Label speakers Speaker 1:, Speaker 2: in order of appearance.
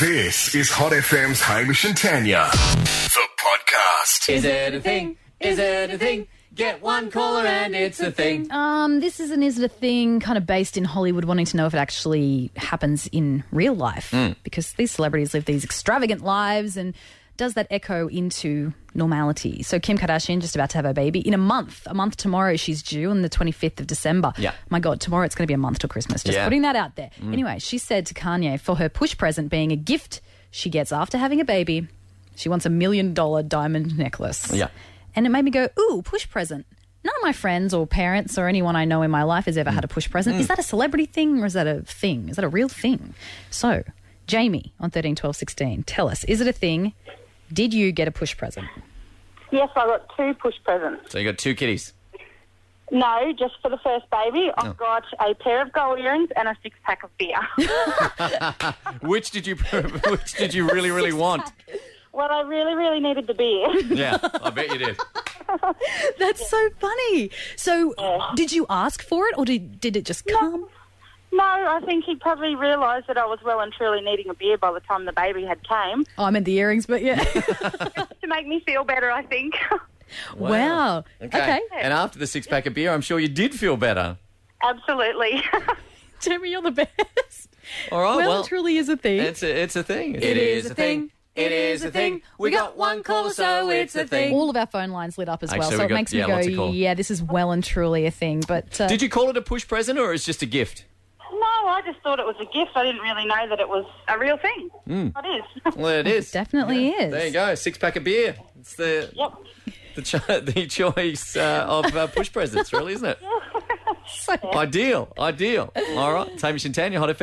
Speaker 1: This is Hot FM's Hamish and Tanya, the podcast.
Speaker 2: Is it a thing? Is it a thing? Get one caller and it's a thing.
Speaker 3: Um, this is an is it a thing kind of based in Hollywood, wanting to know if it actually happens in real life
Speaker 2: Hmm.
Speaker 3: because these celebrities live these extravagant lives, and does that echo into normality? So Kim Kardashian just about to have her baby in a month. A month tomorrow she's due on the twenty fifth of December.
Speaker 2: Yeah.
Speaker 3: my God, tomorrow it's going to be a month till Christmas. Just
Speaker 2: Yeah. Hmm.
Speaker 3: putting that out there. Anyway, she said to Kanye for her push present being a gift she gets after having a baby, she wants a million dollar diamond necklace.
Speaker 2: Yeah.
Speaker 3: And it made me go, ooh, push present. None of my friends or parents or anyone I know in my life has ever had a push present. Is that a celebrity thing or is that a thing? Is that a real thing? So, Jamie on 13, 12, 16, tell us, is it a thing? Did you get a push present?
Speaker 4: Yes, I got two push presents.
Speaker 2: So you got two kitties.
Speaker 4: No, just for the first baby, I've got a pair of gold earrings and a six pack of beer.
Speaker 2: Which did you which did you really really want?
Speaker 4: well, I really, really needed the beer.
Speaker 2: Yeah, I bet you did.
Speaker 3: That's so funny. So, did you ask for it or did, did it just come?
Speaker 4: no, I think he probably realised that I was well and truly needing a beer by the time the baby had came
Speaker 3: Oh, I meant the earrings, but yeah.
Speaker 4: to make me feel better. I think.
Speaker 3: wow. Okay.
Speaker 2: And after the six pack of beer, I'm sure you did feel better.
Speaker 4: Absolutely.
Speaker 3: Jamie, you're the best.
Speaker 2: All right. Well,
Speaker 3: Oh, well, it truly is a thing.
Speaker 2: it's a it's a thing.
Speaker 3: It is a thing. It is a thing. We got one call, so it's a
Speaker 2: thing.
Speaker 3: All of our phone lines lit up as well,
Speaker 2: Actually,
Speaker 3: so
Speaker 2: we
Speaker 3: it
Speaker 2: got-
Speaker 3: makes
Speaker 2: yeah, lots
Speaker 3: me
Speaker 2: of
Speaker 3: go,
Speaker 2: call.
Speaker 3: yeah, this is well and truly a thing. But uh,
Speaker 2: Did you call it a push present or it's just a gift?
Speaker 4: no, I just thought it was a gift. I didn't really know that it was a real thing. It is.
Speaker 2: Well, it is.
Speaker 3: Oh, definitely is.
Speaker 2: There you go. Six pack of beer. It's the
Speaker 4: yep.
Speaker 2: the, cho- the choice uh, of uh, push presents, really, isn't it?
Speaker 3: So-
Speaker 2: Ideal. Ideal. All right. It's Hamish and Tanya, Hot FM.